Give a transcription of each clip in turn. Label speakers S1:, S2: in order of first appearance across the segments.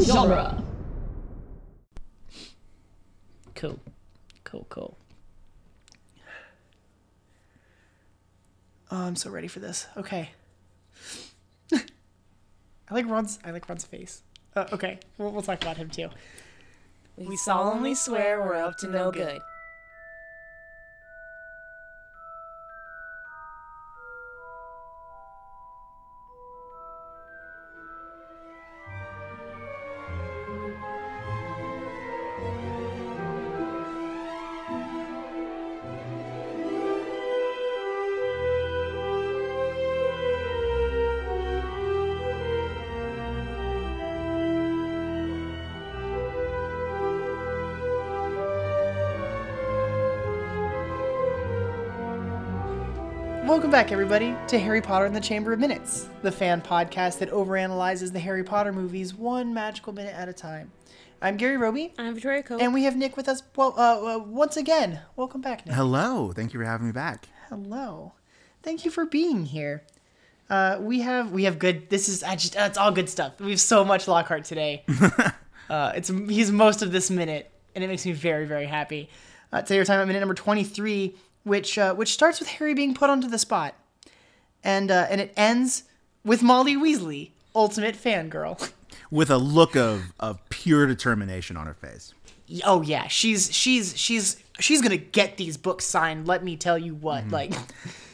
S1: genre.
S2: Cool. Cool, cool.
S3: Oh, I'm so ready for this. Okay. I like Ron's. I like Ron's face. Uh, okay, we'll, we'll talk about him too. We solemnly swear we're up to no good. Welcome back, everybody, to Harry Potter and the Chamber of Minutes, the fan podcast that overanalyzes the Harry Potter movies one magical minute at a time. I'm Gary Roby,
S1: I'm Victoria Cole.
S3: and we have Nick with us. Well, uh, uh, once again, welcome back, Nick.
S4: Hello. Thank you for having me back.
S3: Hello, thank you for being here. Uh, we have we have good. This is I just uh, it's all good stuff. We have so much Lockhart today. uh, it's he's most of this minute, and it makes me very very happy. Uh, today we're talking about minute number twenty three, which uh, which starts with Harry being put onto the spot, and uh, and it ends with Molly Weasley, ultimate fangirl.
S4: With a look of, of pure determination on her face.
S3: oh yeah, she's she's she's she's gonna get these books signed. Let me tell you what, like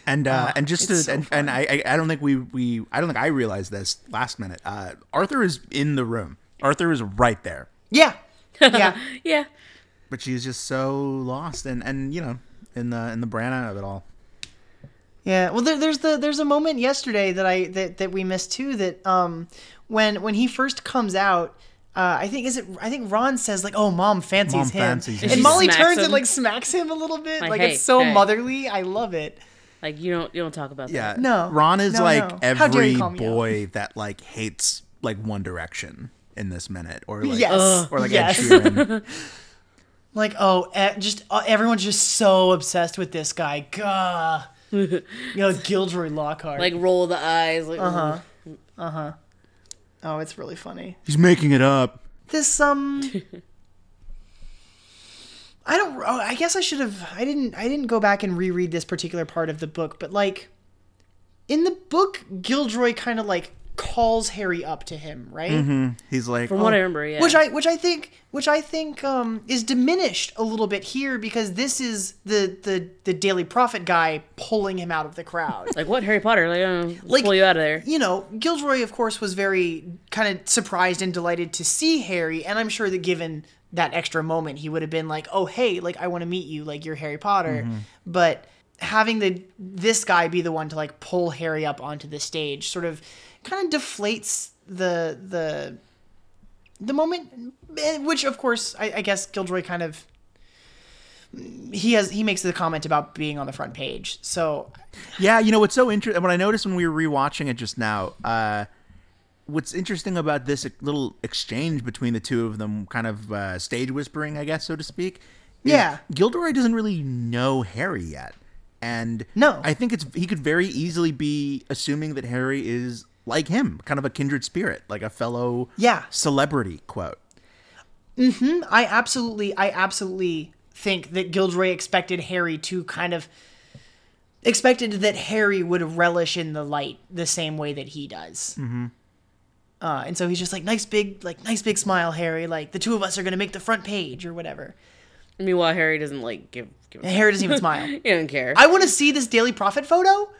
S4: And uh, and just to,
S3: Oh, it's so
S4: and, and I I I don't think we we I don't think I realized this last minute. Uh, Arthur is in the room. Arthur is right there,
S3: yeah yeah.
S1: yeah.
S4: but she's just so lost and and you know in the in the Branna of it all.
S3: Yeah, well, there, there's the there's a moment yesterday that I that, that we missed too. That um, when when he first comes out, uh, I think is it I think Ron says like, "Oh, mom fancies
S4: Mom
S3: him,"
S4: fancies
S3: and
S4: him.
S3: Molly
S1: Smacks
S3: turns
S1: him.
S3: and like smacks him a little bit.
S1: Like,
S3: Like,
S1: hey,
S3: it's so
S1: hey.
S3: motherly. I love it.
S1: Like you don't you don't talk about
S4: Yeah,
S3: No.
S4: Ron is
S3: No,
S4: like
S3: no. How dare you
S4: every
S3: call me out.
S4: boy that like hates like One Direction in this minute, or like
S3: yes,
S4: or like
S3: yes.
S4: Ed Sheeran.
S3: like oh, eh, just uh, everyone's just so obsessed with this guy. Gah. you know, Gilderoy Lockhart.
S1: that. Like roll the eyes. Like uh-huh.
S3: oh, it's really funny.
S4: He's making it up.
S3: this um I don't oh, I guess I should have I didn't I didn't go back and reread this particular part of the book, but like in the book Gilderoy kind of like calls Harry up to him, right?
S4: He's like
S1: from what I remember. Yeah.
S3: Which I which I think which I think um is diminished a little bit here because this is the the the Daily Prophet guy pulling him out of the crowd.
S1: like what Harry Potter? Like, uh, let's
S3: Like-
S1: pull you out of there.
S3: you know, Gilroy, of course, was very kind of surprised and delighted to see Harry, and I'm sure that given that extra moment, he would have been like, "Oh, hey, like I want to meet you, like you're Harry Potter." But having the this guy be the one to like pull Harry up onto the stage sort of kind of deflates the the the moment, eh, which of course, I, I guess Gilroy kind of he has he makes the comment about being on the front page, so
S4: Yeah, you know what's so interesting? What I noticed when we were rewatching it just now, uh, what's interesting about this little exchange between the two of them, kind of uh, stage whispering, I guess, so to speak. is
S3: Yeah.
S4: Gilderoy doesn't really know Harry yet, and
S3: No.
S4: I think it's he could very easily be assuming that Harry is like him, kind of a kindred spirit, like a fellow
S3: Yeah.
S4: celebrity. Quote.
S3: I absolutely, I absolutely think that Gilderoy expected Harry to kind of expected that Harry would relish in the light the same way that he does. Mm-hmm. Uh, and so he's just like nice big, like nice big smile, Harry. Like the two of us are gonna make the front page or whatever.
S1: Meanwhile, Harry doesn't like give. give a
S3: And Harry doesn't even smile.
S1: He don't care.
S3: I want to see this Daily Prophet photo.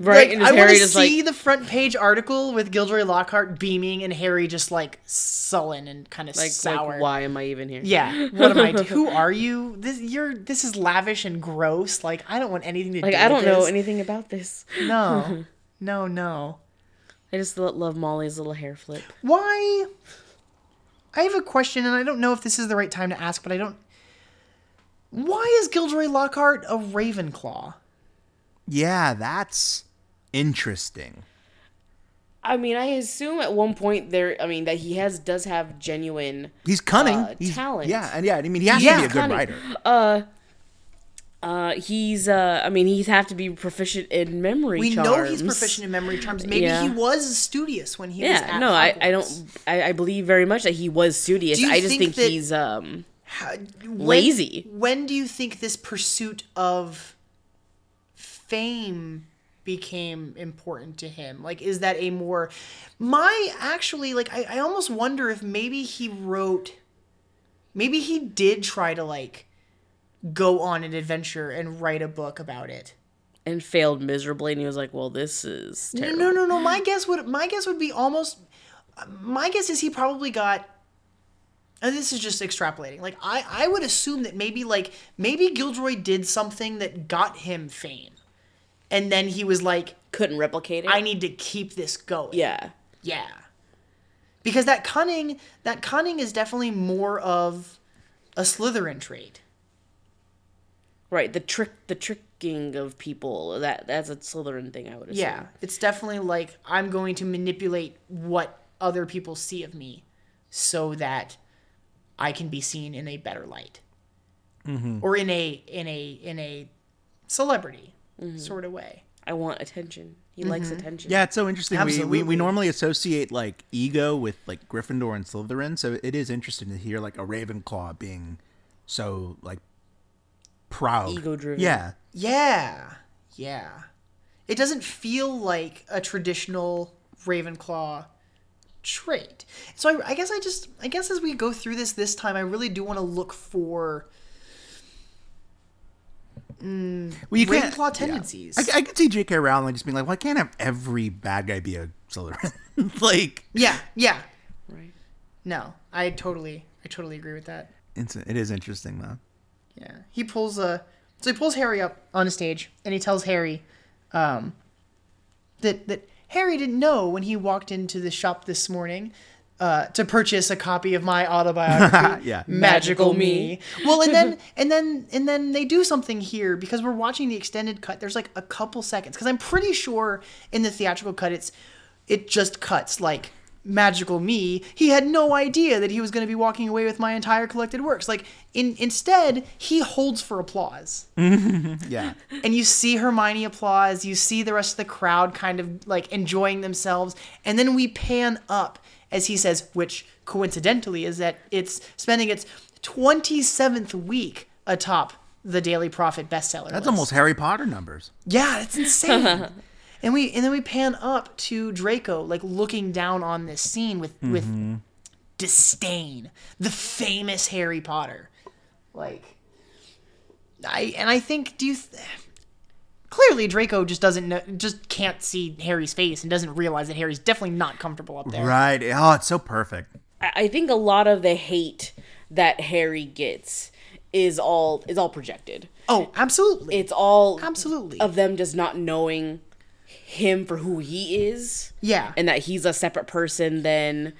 S1: right?
S3: Like,
S1: and just
S3: I want
S1: Harry
S3: to
S1: just
S3: see
S1: like
S3: the front page article with Gilderoy Lockhart beaming and Harry just like sullen and kind of
S1: like,
S3: sour.
S1: like why am I even here?
S3: Yeah. What am I? Who are you? This you're. This is lavish and gross. Like I don't want anything to
S1: Like
S3: do.
S1: I don't
S3: with
S1: know
S3: this.
S1: anything about this.
S3: No. No. No.
S1: I just lo- love Molly's little hair flip.
S3: Why? I have a question, and I don't know if this is the right time to ask, but I don't. Why is Gilderoy Lockhart a Ravenclaw?
S4: Yeah, that's interesting.
S1: I mean, I assume at one point there. I mean, that he has does have genuine
S4: He's cunning.
S1: Uh,
S4: He's-
S1: talent.
S4: Yeah, and yeah, I mean, he has
S3: Yeah,
S4: to be a good
S1: cunning.
S4: writer.
S1: Uh, he's uh, I mean, he's have to be proficient in memory.
S3: We
S1: charms.
S3: know he's proficient in memory charms. Maybe
S1: Yeah.
S3: he was studious when he was
S1: Yeah,
S3: at
S1: no, I, I
S3: Hogwarts.
S1: don't. I, I believe very much that he was studious.
S3: Do you
S1: I just
S3: think
S1: think,
S3: that-
S1: he's um.
S3: How- when-
S1: Lazy.
S3: When do you think this pursuit of fame became important to him? Like, is that a more. My actually, like, I, I almost wonder if maybe he wrote. Maybe he did try to, like, go on an adventure and write a book about it.
S1: and failed miserably and he was like well this is
S3: No,
S1: terrible
S3: No, no, no. My guess would my guess would be almost. My guess is he probably got. And this is just extrapolating. Like I, I would assume that maybe like maybe Gilroy did something that got him fame, and then he was like,
S1: couldn't replicate it
S3: I need to keep this going.
S1: yeah
S3: Yeah. Because that cunning, that cunning is definitely more of a Slytherin trait.
S1: right the trick the tricking of people that that's a Slytherin thing I would assume
S3: Yeah, it's definitely like I'm going to manipulate what other people see of me so that I can be seen in a better light or in a in a in a celebrity sort of way.
S1: I want attention he
S3: Mm-hmm.
S1: likes attention
S4: Yeah, it's so interesting. We, we
S3: Absolutely.
S4: we normally associate like ego with like Gryffindor and Slytherin, so it is interesting to hear like a Ravenclaw being so like proud,
S1: Ego-driven.
S4: Yeah,
S3: Yeah. Yeah. It doesn't feel like a traditional Ravenclaw trait. So I, I guess I just, I guess as we go through this this time, I really do want to look for
S4: well, you can't-
S3: Ravenclaw
S4: yeah.
S3: tendencies.
S4: I, I could see J.K. Rowling just being like, "Well, I can't have every bad guy be a Slytherin." like,
S3: Yeah, yeah.
S1: right
S3: No, I totally, I totally agree with that.
S4: it's, it is interesting though.
S3: Yeah, he pulls uh so he pulls Harry up on a stage and he tells Harry, um, that that Harry didn't know when he walked into the shop this morning. Uh, to purchase a copy of my autobiography,
S4: Yeah.
S1: Magical
S3: magical me.
S1: Me.
S3: well, and then and then and then they do something here because we're watching the extended cut. There's like a couple seconds because I'm pretty sure in the theatrical cut, it's it just cuts like magical me. He had no idea that he was going to be walking away with my entire collected works. Like in instead, he holds for applause
S4: Yeah,
S3: and you see Hermione applause, you see the rest of the crowd kind of like enjoying themselves, and then we pan up as he says, which coincidentally is that it's spending its 27th week atop the Daily Prophet bestseller.
S4: that's almost Harry Potter numbers.
S3: yeah, that's insane. and we and then we pan up to Draco like looking down on this scene with
S4: Mm-hmm.
S3: with disdain, the famous Harry Potter. Like I and I think do you th- clearly Draco just doesn't know, just can't see Harry's face and doesn't realize that Harry's definitely not comfortable up there.
S4: Right? Oh, it's so perfect.
S1: I, I think a lot of the hate that Harry gets is all is all projected
S3: Oh, absolutely.
S1: it's all
S3: Absolutely.
S1: of them just not knowing him for who he is
S3: yeah.
S1: and that he's a separate person than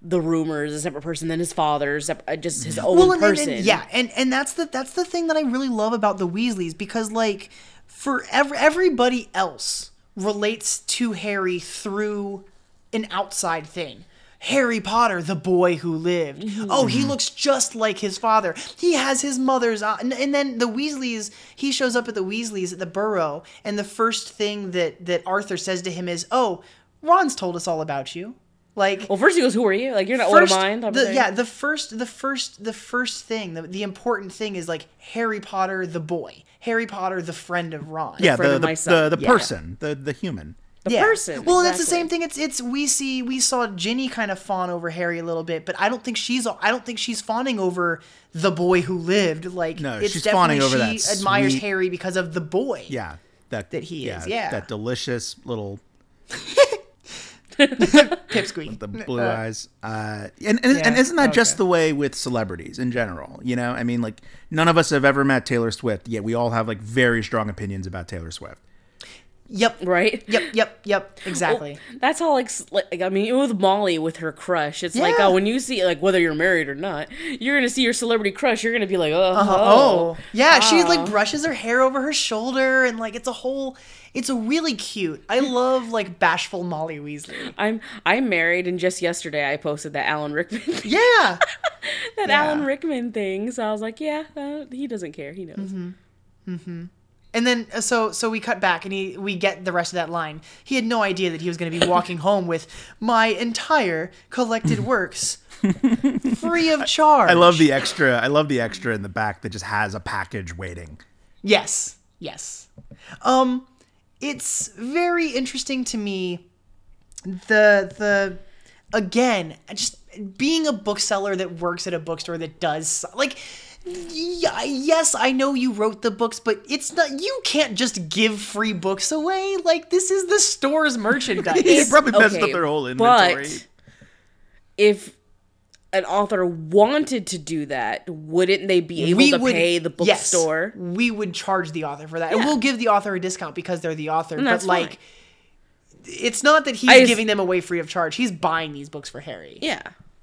S1: the rumors, a separate person than his father, sep- uh, just his own
S3: well, and, and-
S1: person.
S3: and- yeah, and and that's the that's the thing that I really love about the Weasleys because like for ev- everybody else relates to Harry through an outside thing. Harry Potter, the boy who lived.
S1: Mm-hmm.
S3: Oh, he looks just like his father. He has his mother's eye. And, and then the Weasleys, he shows up at the Weasleys at the burrow, and the first thing that that Arthur says to him is, "Oh, Ron's told us all about you." Like
S1: Well, first he goes, "Who are you? Like you're not
S3: first,
S1: one of mine." type of
S3: the-
S1: thing.
S3: yeah, the first, the first, the first thing, the, the important thing is like Harry Potter, the boy, Harry Potter, the friend of Ron.
S4: Yeah,
S1: friend
S4: the
S1: of
S4: the,
S1: my son.
S4: the, the person, the the human.
S1: the
S3: Yeah.
S1: person.
S3: Well, that's the
S1: exactly.
S3: same thing. It's it's we see we saw Ginny kind of fawn over Harry a little bit, but I don't think she's I don't think she's fawning over the boy who lived. Like
S4: No,
S3: it's
S4: she's
S3: definitely
S4: fawning over
S3: she
S4: that
S3: admires
S4: sweet-
S3: Harry because of the boy.
S4: Yeah, that
S3: That he is, yeah.
S4: that delicious little
S3: Pipsqueak.
S4: the blue eyes. Uh, and and, and isn't that just the way with celebrities in general? You know, I mean, like none of us have ever met Taylor Swift, yet we all have like very strong opinions about Taylor Swift.
S3: Yep.
S1: right?
S3: Yep. Yep. Yep. Exactly.
S1: Well, that's how like, s- like I mean with Molly with her crush, it's like
S3: Yeah.
S1: oh when you see like whether you're married or not, you're gonna see your celebrity crush, you're gonna be like oh,
S3: Oh, yeah, she
S1: ah.
S3: like brushes her hair over her shoulder, and like it's a whole, it's a really cute. I love like bashful Molly Weasley.
S1: I'm I'm married, and just yesterday I posted that Alan Rickman thing,
S3: Yeah,
S4: Mm-hmm.
S1: that Alan Rickman thing, so I was like yeah uh, he doesn't care, he knows.
S3: And then uh, so so we cut back and he we get the rest of that line. He had no idea that he was going to be walking home with my entire collected works free of charge.
S4: I love the extra. I love the extra in the back that just has a package waiting.
S3: Yes. Yes. Um it's very interesting to me the the again, just being a bookseller that works at a bookstore that does like y- yes, I know you wrote the books, but it's not you can't just give free books away. Like this is the store's
S4: They
S3: merchandise.
S4: probably messed
S1: Okay,
S4: up their whole inventory.
S1: But if an author wanted to do that, wouldn't they be able to pay the
S3: yes,
S1: bookstore?
S3: we would charge the author for that. And we'll give the author a discount because they're the author. but
S1: that's
S3: like it's not that he's
S1: I just-
S3: giving them away free of charge. He's buying these books for Harry.
S1: Yeah.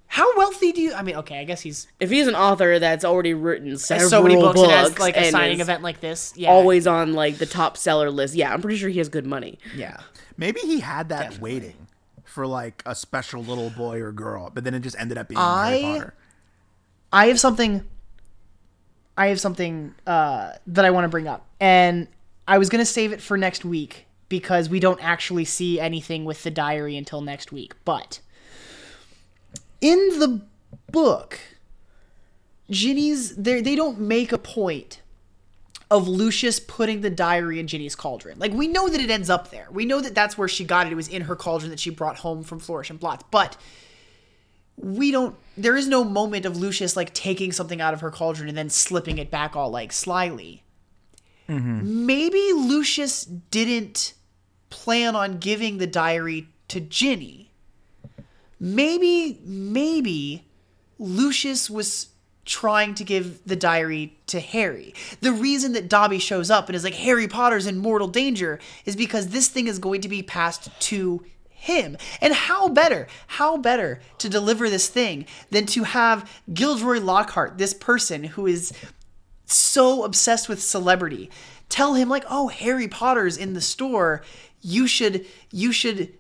S3: How wealthy do you I mean, okay, I guess he's
S1: If he's an author that's already written several
S3: so many books,
S1: books
S3: and has like a
S1: and
S3: signing
S1: is
S3: event like this. Yeah.
S1: always on like the top seller list, yeah, I'm pretty sure he has good money.
S3: Yeah.
S4: Maybe he had that waiting for like a special little boy or girl, but then it just ended up being
S3: I-
S4: Harry Potter.
S3: I have something. I have something uh, that I want to bring up, and I was gonna save it for next week because we don't actually see anything with the diary until next week. But in the book, Ginny's they they don't make a point of Lucius putting the diary in Ginny's cauldron. Like we know that it ends up there. We know that that's where she got it. It was in her cauldron that she brought home from Flourish and Blotz. But we don't there is no moment of lucius like taking something out of her cauldron and then slipping it back all like slyly maybe lucius didn't plan on giving the diary to ginny maybe maybe lucius was trying to give the diary to harry the reason that dobby shows up and is like harry potter's in mortal danger is because this thing is going to be passed to him and how better how better to deliver this thing than to have gilderoy lockhart this person who is so obsessed with celebrity tell him like oh harry potter's in the store you should you should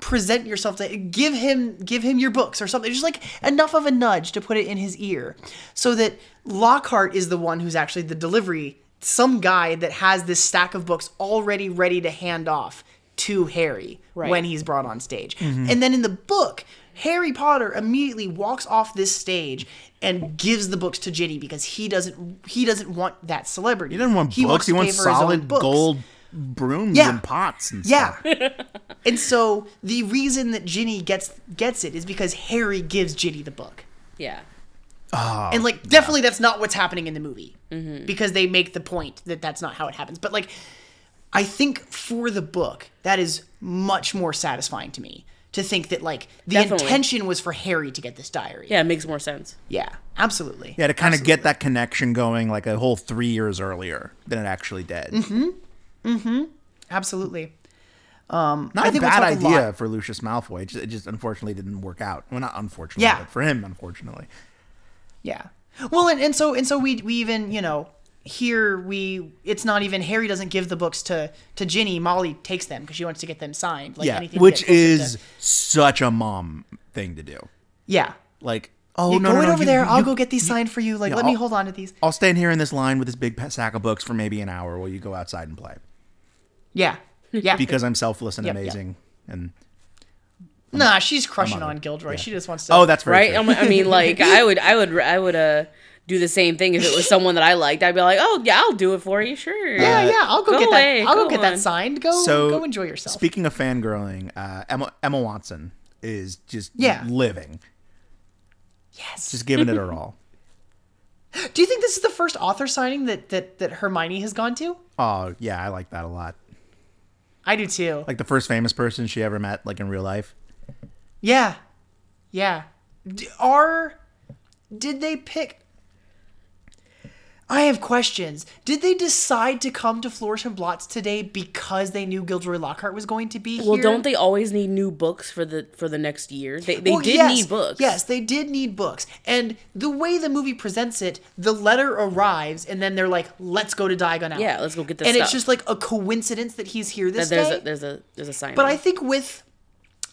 S3: present yourself to give him give him your books or something just like enough of a nudge to put it in his ear so that lockhart is the one who's actually the delivery some guy that has this stack of books already ready to hand off to harry when he's brought on stage
S4: Mm-hmm.
S3: and then in the book harry potter immediately walks off this stage and gives the books to ginny because he doesn't he doesn't want that celebrity
S4: He didn't want books. He
S3: to pay
S4: wants
S3: for his own
S4: solid
S3: books.
S4: gold brooms
S3: Yeah.
S4: and pots and
S3: Yeah.
S4: stuff.
S3: and so the reason that Ginny gets gets it is because Harry gives Ginny the book.
S1: Yeah.
S3: and like definitely that's not what's happening in the movie
S1: Mm-hmm.
S3: because they make the point that that's not how it happens. But like I think for the book that is much more satisfying to me to think that like the
S1: Definitely.
S3: intention was for Harry to get this diary.
S1: Yeah, it makes more sense.
S3: Yeah, absolutely.
S4: Yeah, to kind of get that connection going like a whole three years earlier than it actually did.
S3: Mm-hmm. Absolutely.
S4: Not a
S3: think we
S4: bad
S3: talked a lot-
S4: idea for Lucius Malfoy. It just, it just unfortunately didn't work out. Well, not unfortunately,
S3: Yeah.
S4: but for him, unfortunately.
S3: Yeah. Well, and, and so and so we we even you know here we it's not even Harry doesn't give the books to to Ginny. Molly takes them because she wants to get them signed. Like
S4: Yeah,
S3: anything to
S4: which
S3: get closer to-
S4: is such a mom thing to do.
S3: yeah.
S4: Like, oh
S3: You
S4: no,
S3: go
S4: no,
S3: in
S4: no,
S3: over
S4: you-
S3: there.
S4: you-
S3: I'll go get these signed for you. Like,
S4: yeah,
S3: let me
S4: I'll-
S3: hold on to these.
S4: I'll stand here in this line with this big pa- sack of books for maybe an hour while you go outside and play
S3: Yeah. Yeah.
S4: because I'm selfless and
S3: Yep, yep.
S4: amazing. And
S3: nah, she's crushing on Gilderoy. She just wants to.
S4: oh, that's very
S1: Right?
S4: true.
S1: I'm- I mean, like I would, I would, I would uh, do the same thing if it was someone that I liked. I'd be like, oh yeah, I'll do it for you, sure.
S3: yeah, yeah. I'll go,
S1: Go
S3: get
S1: away,
S3: that. I'll go,
S1: go
S3: get that
S1: on.
S3: signed. Go
S4: so
S3: go enjoy yourself.
S4: Speaking of fangirling, uh, Emma Emma Watson is just
S3: Yeah.
S4: living,
S3: yes.
S4: just giving it her all.
S3: Do you think this is the first author signing that that that Hermione has gone to?
S4: Oh yeah, I like that a lot.
S3: I do too.
S4: Like the first famous person she ever met, like in real life.
S3: Yeah. Yeah. D- are did they pick I have questions. Did they decide to come to Flourish and Blots today because they knew Gilderoy Lockhart was going to be here?
S1: Well, don't they always need new books for the for the next year? They they
S3: Well,
S1: did
S3: yes,
S1: need books.
S3: Yes, they did need books. And the way the movie presents it, the letter arrives, and then they're like, "Let's go to Diagon Alley."
S1: Yeah, let's go get this
S3: And it's
S1: stuff.
S3: just like a coincidence that he's here this
S1: That there's
S3: day.
S1: a there's a there's a sign.
S3: But I think with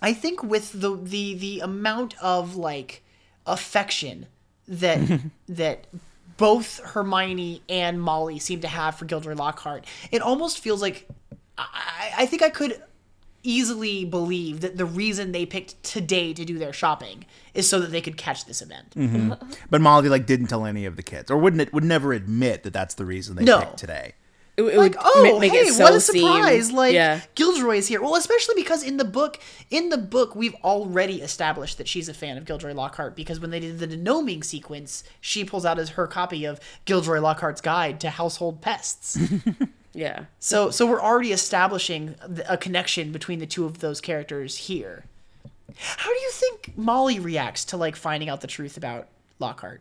S3: I think with the the the amount of like affection that that both Hermione and Molly seem to have for Gilderoy Lockhart. It almost feels like I, I think I could easily believe that the reason they picked today to do their shopping is so that they could catch this event.
S4: But Molly like didn't tell any of the kids, or wouldn't it would never admit that that's the reason they
S3: No.
S4: picked today.
S1: It, it
S3: Like,
S1: would
S3: oh,
S1: ma- make
S3: hey,
S1: it so
S3: what a
S1: seem-
S3: surprise! Like,
S1: yeah.
S3: Gilderoy is here. Well, especially because in the book, in the book, we've already established that she's a fan of Gilderoy Lockhart because when they did the denoming sequence, she pulls out as her copy of Gilderoy Lockhart's Guide to Household Pests.
S1: yeah.
S3: So, so we're already establishing th- a connection between the two of those characters here. How do you think Molly reacts to like finding out the truth about Lockhart?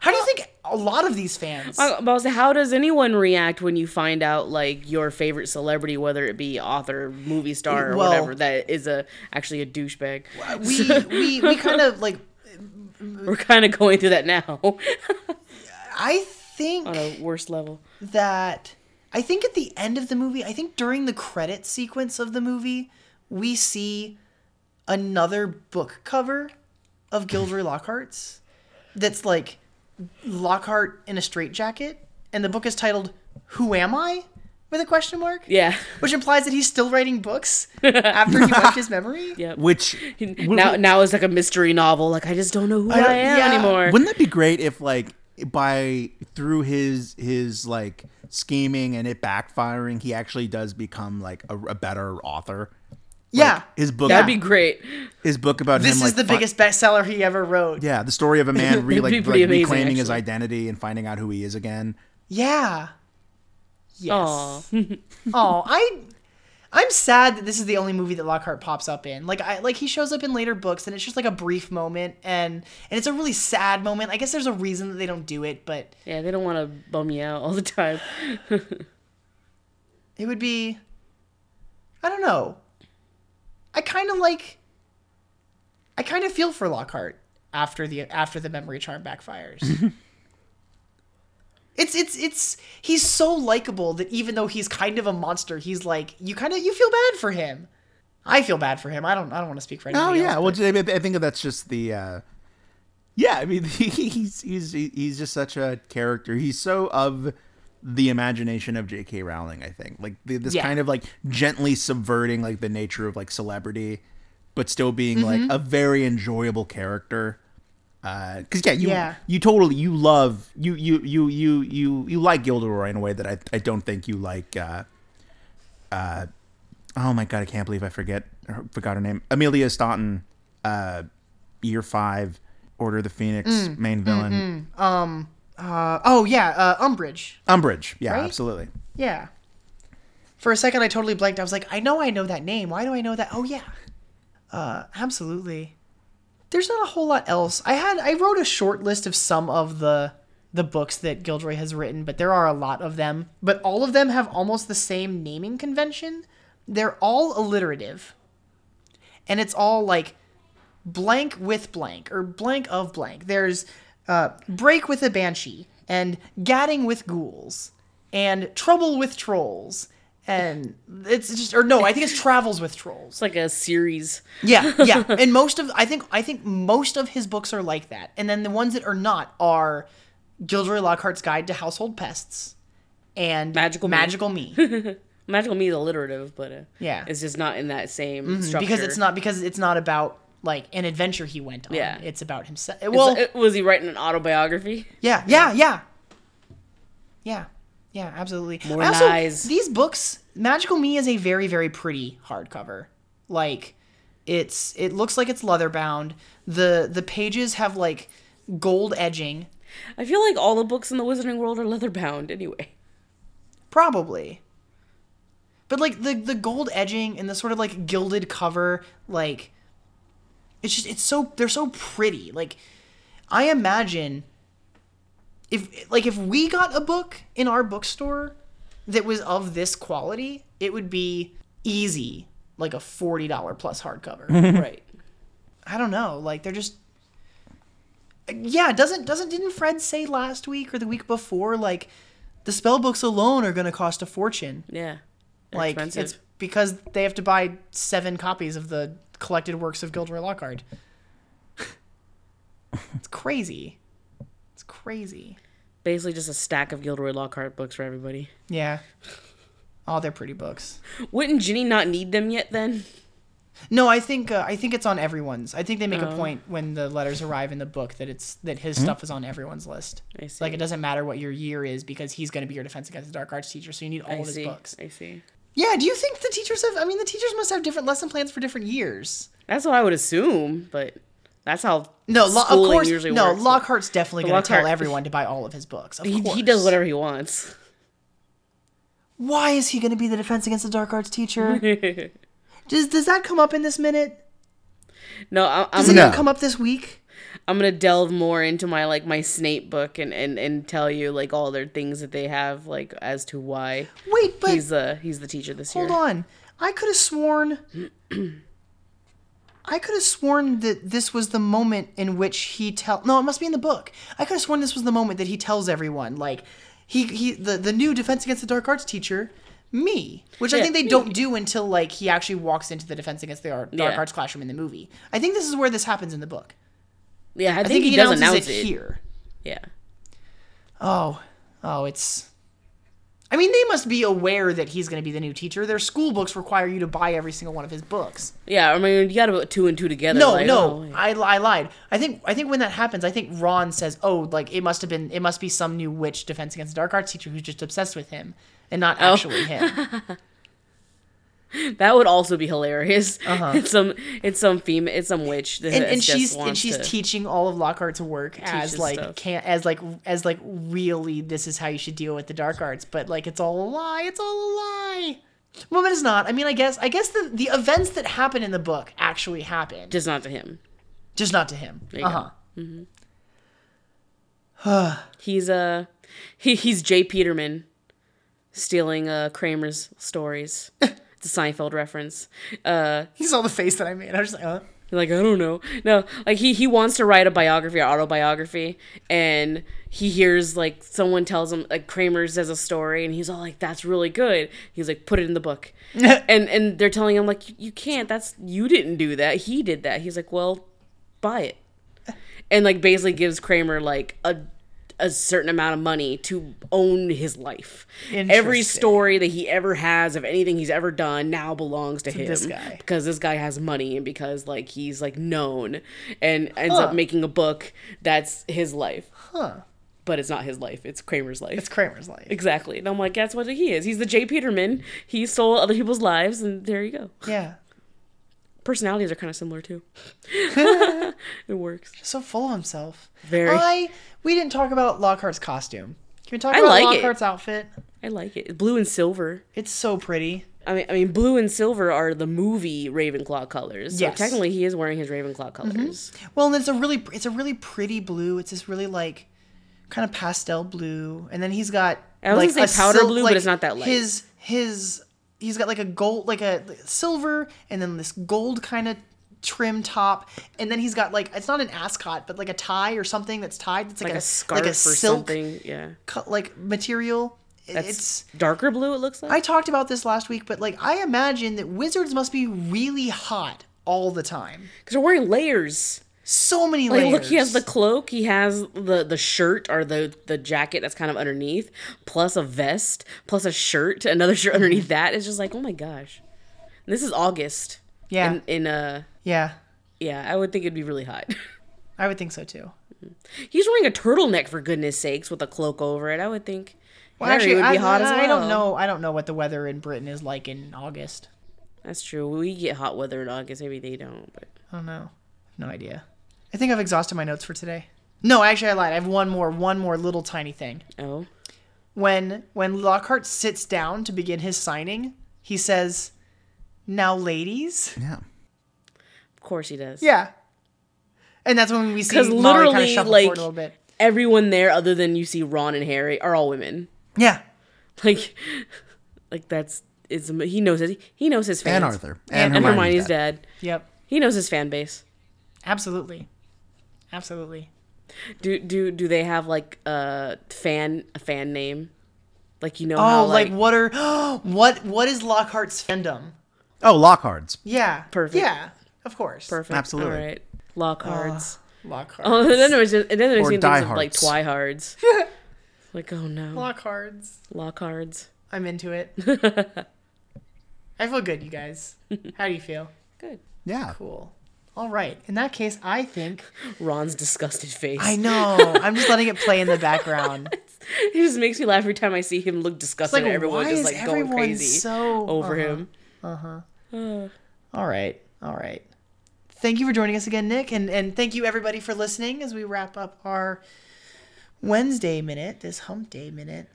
S3: How do you think a lot of these fans?
S1: Uh, But also, how does anyone react when you find out like your favorite celebrity, whether it be author, movie star, or
S3: Well-
S1: whatever, that is a actually a douchebag?
S3: we we we kind of like
S1: We're kind of going through that now
S3: I think
S1: on a worse level.
S3: that I think at the end of the movie, I think during the credit sequence of the movie, we see another book cover of Gilderoy Lockhart's that's like Lockhart in a straitjacket, and the book is titled "Who Am I?" with a question mark,
S1: Yeah.
S3: which implies that he's still writing books after he wiped his memory.
S1: Yeah.
S4: Which
S1: now, now it's like a mystery novel. Like I just don't know who I,
S3: don't-
S1: am
S3: yeah.
S1: anymore.
S4: Wouldn't that be great if like by through his his like scheming and it backfiring, he actually does become like a, a better author.
S3: Yeah.
S4: His book,
S1: That'd be great.
S4: his book about
S3: This
S4: him,
S3: is
S4: like,
S3: the
S4: fi-
S3: biggest bestseller he ever wrote.
S4: Yeah, the story of a man re,
S1: That'd
S4: like,
S1: be
S4: like,
S1: pretty amazing,
S4: reclaiming his
S1: actually.
S4: identity and finding out who he is again.
S3: Yeah. Yes.
S1: Aw.
S3: Oh, I I'm sad that this is the only movie that Lockhart pops up in. Like I like he shows up in later books and it's just like a brief moment and and it's a really sad moment. I guess there's a reason that they don't do it, but
S1: Yeah, they don't want to bum you out all the time.
S3: it would be I don't know. I kind of like I kind of feel for Lockhart after the after the memory charm backfires. it's it's it's he's so likable that even though he's kind of a monster, he's like you kind of you feel bad for him. I feel bad for him. I don't I don't want to speak for anybody
S4: Oh
S3: else,
S4: yeah,
S3: but-
S4: well, I, I think that's just the. Uh, yeah, I mean, he's he's he's just such a character. He's so of the imagination of J.K. Rowling. I think like the, this
S3: Yeah.
S4: kind of like gently subverting like the nature of like celebrity, but still being
S3: Mm-hmm.
S4: like a very enjoyable character. Because yeah, you
S3: Yeah.
S4: you totally you love you you you you you you like Gilderoy in a way that I I don't think you like. Uh, oh my god, I can't believe I forget her- forgot her name. Amelia Staunton, uh, year five, Order of the Phoenix,
S3: Mm.
S4: main villain,
S3: Uh, oh yeah, uh, Umbridge.
S4: Umbridge. Yeah,
S3: Right?
S4: absolutely.
S3: Yeah. For a second, I totally blanked. I was like, I know I know that name. Why do I know that? Oh yeah. Uh, absolutely. There's not a whole lot else. I had I wrote a short list of some of the the books that Gilroy has written, but there are a lot of them. But all of them have almost the same naming convention. They're all alliterative. And it's all like blank with blank or blank of blank. There's uh, break with a banshee and gadding with ghouls and trouble with trolls and it's just or no, I think it's travels with trolls.
S1: It's like a series.
S3: Yeah, yeah. And most of I think I think most of his books are like that. And then the ones that are not are Gilderoy Lockhart's Guide to Household Pests and
S1: Magical Me.
S3: Magical Me.
S1: Magical Me is alliterative, but uh,
S3: Yeah. Mm-hmm.
S1: it's just not in that same structure
S3: because it's not because it's not about like an adventure he went on.
S1: Yeah.
S3: It's about himself.
S1: Well,
S3: Well,
S1: was he writing an autobiography?
S3: Yeah, yeah, yeah. Yeah. Yeah, absolutely.
S1: More
S3: I also-
S1: lies.
S3: These books, Magical Me is a very, very pretty hardcover. Like it's it looks like it's leather bound. The the pages have like gold edging.
S1: I feel like all the books in the Wizarding World are leather bound anyway.
S3: Probably. But like the the gold edging and the sort of like gilded cover, like it's just it's so they're so pretty. Like I imagine if like if we got a book in our bookstore that was of this quality, it would be easy like a $40 plus hardcover.
S1: right.
S3: I don't know, like they're just yeah, doesn't doesn't didn't Fred say last week or the week before like the spell books alone are going to cost a fortune?
S1: Yeah. They're
S3: like
S1: expensive.
S3: it's because they have to buy seven copies of the collected works of Gilderoy Lockhart. it's crazy. It's crazy.
S1: Basically, just a stack of Gilderoy Lockhart books for everybody.
S3: Yeah. Oh, they're pretty books.
S1: Wouldn't Ginny not need them yet then?
S3: No, I think uh, I think it's on everyone's. I think they
S1: Oh.
S3: make a point when the letters arrive in the book that it's that his stuff is on everyone's list.
S1: I see.
S3: Like it doesn't matter what your year is because he's going to be your defense against the dark arts teacher, so you need all
S1: I
S3: of his
S1: see.
S3: books.
S1: I see.
S3: Yeah, do you think the teachers have I mean the teachers must have different lesson plans for different years.
S1: That's what I would assume, but that's how
S3: No, Lo- of
S1: schooling
S3: course.
S1: usually
S3: No,
S1: works.
S3: Lockhart's definitely going to tell
S1: Lockhart-
S3: everyone to buy all of his books. Of
S1: he,
S3: course.
S1: he does whatever he wants.
S3: Why is he going to be the defense against the dark arts teacher? does does that come up in this minute?
S1: No, I, I'm
S3: Does it
S1: gonna,
S4: No.
S3: even come up this week?
S1: I'm gonna delve more into my like my Snape book and and and tell you like all their things that they have like as to why
S3: Wait, but
S1: he's uh he's the teacher this
S3: Hold
S1: year.
S3: on. I could have sworn. I could have sworn that this was the moment in which he tell. No, it must be in the book. I could have sworn this was the moment that he tells everyone, like he he the the new Defense Against the Dark Arts teacher, me, which I
S1: Yeah,
S3: think they don't do until like he actually walks into the Defense Against the Ar- Dark
S1: Yeah.
S3: Arts classroom in the movie. I think this is where this happens in the book.
S1: Yeah, I,
S3: I
S1: think, he, does announce it.
S3: here.
S1: Yeah,
S3: Oh, oh, it's. I mean, they must be aware that he's going to be the new teacher. Their school books require you to buy every single one of his books.
S1: yeah. I mean, you got to put two and two together.
S3: No,
S1: like,
S3: no,
S1: oh, yeah.
S3: I, I lied. I think I think when that happens, I think Ron says, "Oh, like it must have been it must be some new witch defense against the dark arts teacher who's just obsessed with him and not
S1: Oh.
S3: actually him."
S1: that would also be hilarious. it's some it's some female it's some witch that
S3: Uh-huh. And,
S1: has
S3: and
S1: just
S3: she's and
S1: wants
S3: she's
S1: to-
S3: teaching all of Lockhart's work as
S1: his
S3: like
S1: stuff.
S3: can as like as like really this is how you should deal with the dark arts, but like it's all a lie. It's all a lie. Well, but it's not. I mean, I guess I guess the the events that happen in the book actually happen.
S1: just not to him.
S3: just not to him.
S1: you
S3: Uh
S1: go.
S3: huh.
S1: He's uh he he's Jay Peterman stealing uh Kramer's stories. it's a Seinfeld reference. Uh
S3: He saw the face that I made. I was just like, uh
S1: like I don't know. No, like he he wants to write a biography or autobiography and he hears like someone tells him like Kramer says a story and he's all like that's really good. He's like put it in the book. and and they're telling him like you, you can't that's you didn't do that. He did that. He's like well buy it. And like basically gives Kramer like a a certain amount of money to own his life. Every
S3: Interesting.
S1: story that he ever has of anything he's ever done now belongs to him
S3: this
S1: him
S3: guy.
S1: because this guy has money and because like he's like known and ends
S3: Huh.
S1: up making a book that's his life
S3: huh.
S1: but it's not his life it's kramer's life
S3: It's Kramer's life.
S1: exactly and i'm like that's what he is he's the jay peterman he stole other people's lives and there you go
S3: Yeah.
S1: personalities are kind of similar too it works
S3: so full of himself.
S1: Very.
S3: I we didn't talk about Lockhart's costume. Can we talk
S1: I
S3: about
S1: like it.
S3: Lockhart's outfit?
S1: i like it blue and silver
S3: It's so pretty.
S1: I mean, I mean, blue and silver are the movie Ravenclaw colors. So
S3: Yes. Mm-hmm.
S1: technically, he is wearing his Ravenclaw colors.
S3: Well, and it's a really it's a really pretty blue. It's this really like kind of pastel blue, and then he's got
S1: I was
S3: like
S1: gonna say powder
S3: sil-
S1: blue, but it's not that light.
S3: His his he's got like a gold like a like silver, and then this gold kind of trim top and then he's got like it's not an ascot but like a tie or something that's tied it's like,
S1: Like a scarf
S3: like a
S1: or
S3: silk
S1: something. Yeah.
S3: co- like material
S1: That's
S3: it's
S1: darker blue, it looks like.
S3: I talked about this last week, but like I imagine that wizards must be really hot all the time.
S1: Because they're wearing layers.
S3: So many
S1: Like,
S3: layers.
S1: Oh, look, he has the cloak, he has the the shirt or the the jacket that's kind of underneath, plus a vest, plus a shirt, another shirt
S3: Mm-hmm.
S1: underneath that. It's just like, oh my gosh, And this is August.
S3: Yeah.
S1: In, in uh,
S3: yeah,
S1: yeah, I would think it'd be really hot.
S3: I would think so too.
S1: He's wearing a turtleneck for goodness sakes with a cloak over it. I would think.
S3: Well,
S1: Harry
S3: actually,
S1: would
S3: I,
S1: be hot as
S3: I don't
S1: well.
S3: know. I don't know what the weather in Britain is like in August.
S1: That's true. We get hot weather in August. Maybe they don't. But
S3: I don't know. No idea. I think I've exhausted my notes for today. No, actually, I lied. I have one more, one more little tiny thing.
S1: oh,
S3: When when Lockhart sits down to begin his signing, he says, "Now, ladies."
S4: Yeah.
S1: of course he does.
S3: Yeah. And that's when we see
S1: 'Cause
S3: Molly kind of
S1: literally,
S3: shuffle
S1: like-
S3: forward a little bit.
S1: Everyone there, other than you see Ron and Harry, are all women.
S3: Yeah.
S1: like like that's it's he knows it he knows his fans
S4: And Arthur.
S3: And-
S4: And,
S1: and
S4: Hermione's,
S1: Hermione's
S4: dad.
S1: dad
S3: Yep.
S1: he knows his fan base
S3: Absolutely. Absolutely.
S1: do do do they have like a fan a fan name like you know
S3: Oh,
S1: how
S3: like,
S1: like,
S3: what are what what is Lockhart's fandom?
S4: Oh, Lockhart's.
S3: Yeah.
S1: Perfect.
S3: Yeah. Of course.
S1: perfect
S4: Absolutely.
S1: all right law cards
S3: Lockhart.
S1: Oh, and then there's and then there's
S4: Or
S1: seen things of like
S4: diehards.
S1: twihards. like oh no,
S3: Lockhards.
S1: Lockhards.
S3: I'm into it. I feel good, you guys. How do you feel?
S1: Good.
S4: Yeah.
S3: Cool. All right. In that case, I think
S1: Ron's disgusted face.
S3: I know. I'm just letting it play in the background.
S1: it just makes me laugh every time I see him look disgusted.
S3: like,
S1: and everyone
S3: why
S1: just
S3: is
S1: like going
S3: everyone
S1: crazy
S3: so-
S1: over
S3: uh-huh.
S1: him.
S3: All right. All right. Thank you for joining us again, Nick, and and thank you everybody for listening as we wrap up our Wednesday minute, this Hump Day minute.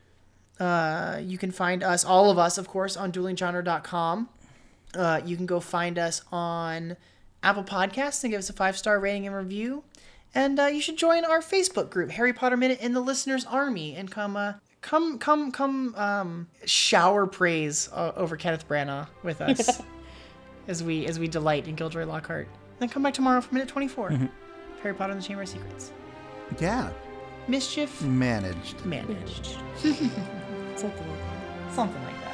S3: Uh, you can find us, all of us, of course, on duelinggenre.com. Uh, you can go find us on Apple Podcasts and give us a five star rating and review. And uh, you should join our Facebook group, Harry Potter Minute in the Listeners Army, and come, uh, come, come, come, um, shower praise uh, over Kenneth Branagh with us as we as we delight in Gilderoy Lockhart. Then come back tomorrow for minute 24 Harry Potter and the Chamber of Secrets.
S4: Yeah.
S3: Mischief
S4: Managed.
S3: managed,
S1: Something like that.
S3: something like that.